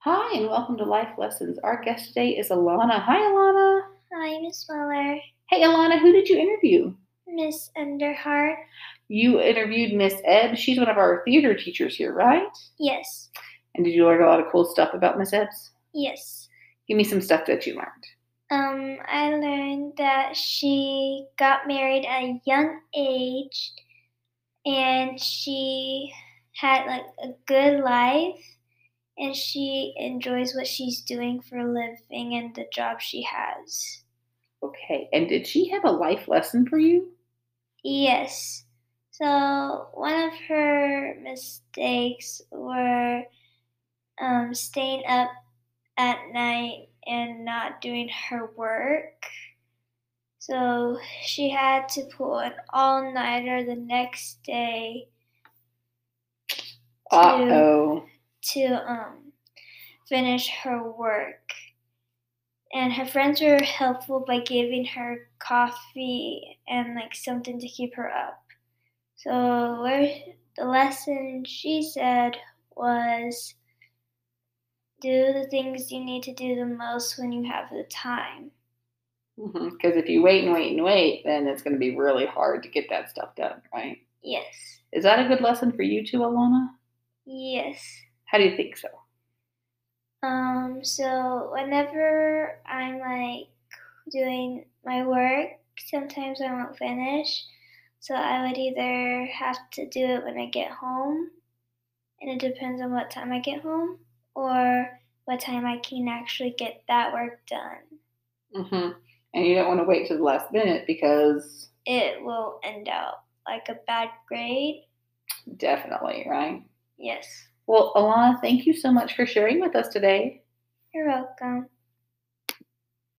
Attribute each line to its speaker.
Speaker 1: Hi, and welcome to Life Lessons. Our guest today is Alana. Hi, Alana.
Speaker 2: Hi, Miss Weller.
Speaker 1: Hey, Alana, who did you interview?
Speaker 2: Miss Underhart.
Speaker 1: You interviewed Miss Ebb. She's one of our theater teachers here, right?
Speaker 2: Yes.
Speaker 1: And did you learn a lot of cool stuff about Miss Ebbs?
Speaker 2: Yes.
Speaker 1: Give me some stuff that you learned.
Speaker 2: Um, I learned that she got married at a young age and she had like a good life and she enjoys what she's doing for a living and the job she has.
Speaker 1: Okay, and did she have a life lesson for you?
Speaker 2: Yes. So one of her mistakes were um, staying up at night and not doing her work. So she had to pull an all nighter the next day to
Speaker 1: Uh oh.
Speaker 2: to um, finish her work. And her friends were helpful by giving her coffee and like something to keep her up. So where the lesson she said was do the things you need to do the most when you have the time.
Speaker 1: Because Mm-hmm, if you wait and wait and wait, then it's going to be really hard to get that stuff done, right?
Speaker 2: Yes.
Speaker 1: Is that a good lesson for you too, Alana?
Speaker 2: Yes.
Speaker 1: How do you think so?
Speaker 2: Um, so whenever I'm like doing my work, sometimes I won't finish. So I would either have to do it when I get home, and it depends on what time I get home, or what time I can actually get that work done.
Speaker 1: hmm And you don't want to wait to the last minute because
Speaker 2: It will end up like a bad grade.
Speaker 1: definitely, right?
Speaker 2: Yes.
Speaker 1: Well, Alana, thank you so much for sharing with us today.
Speaker 2: You're welcome.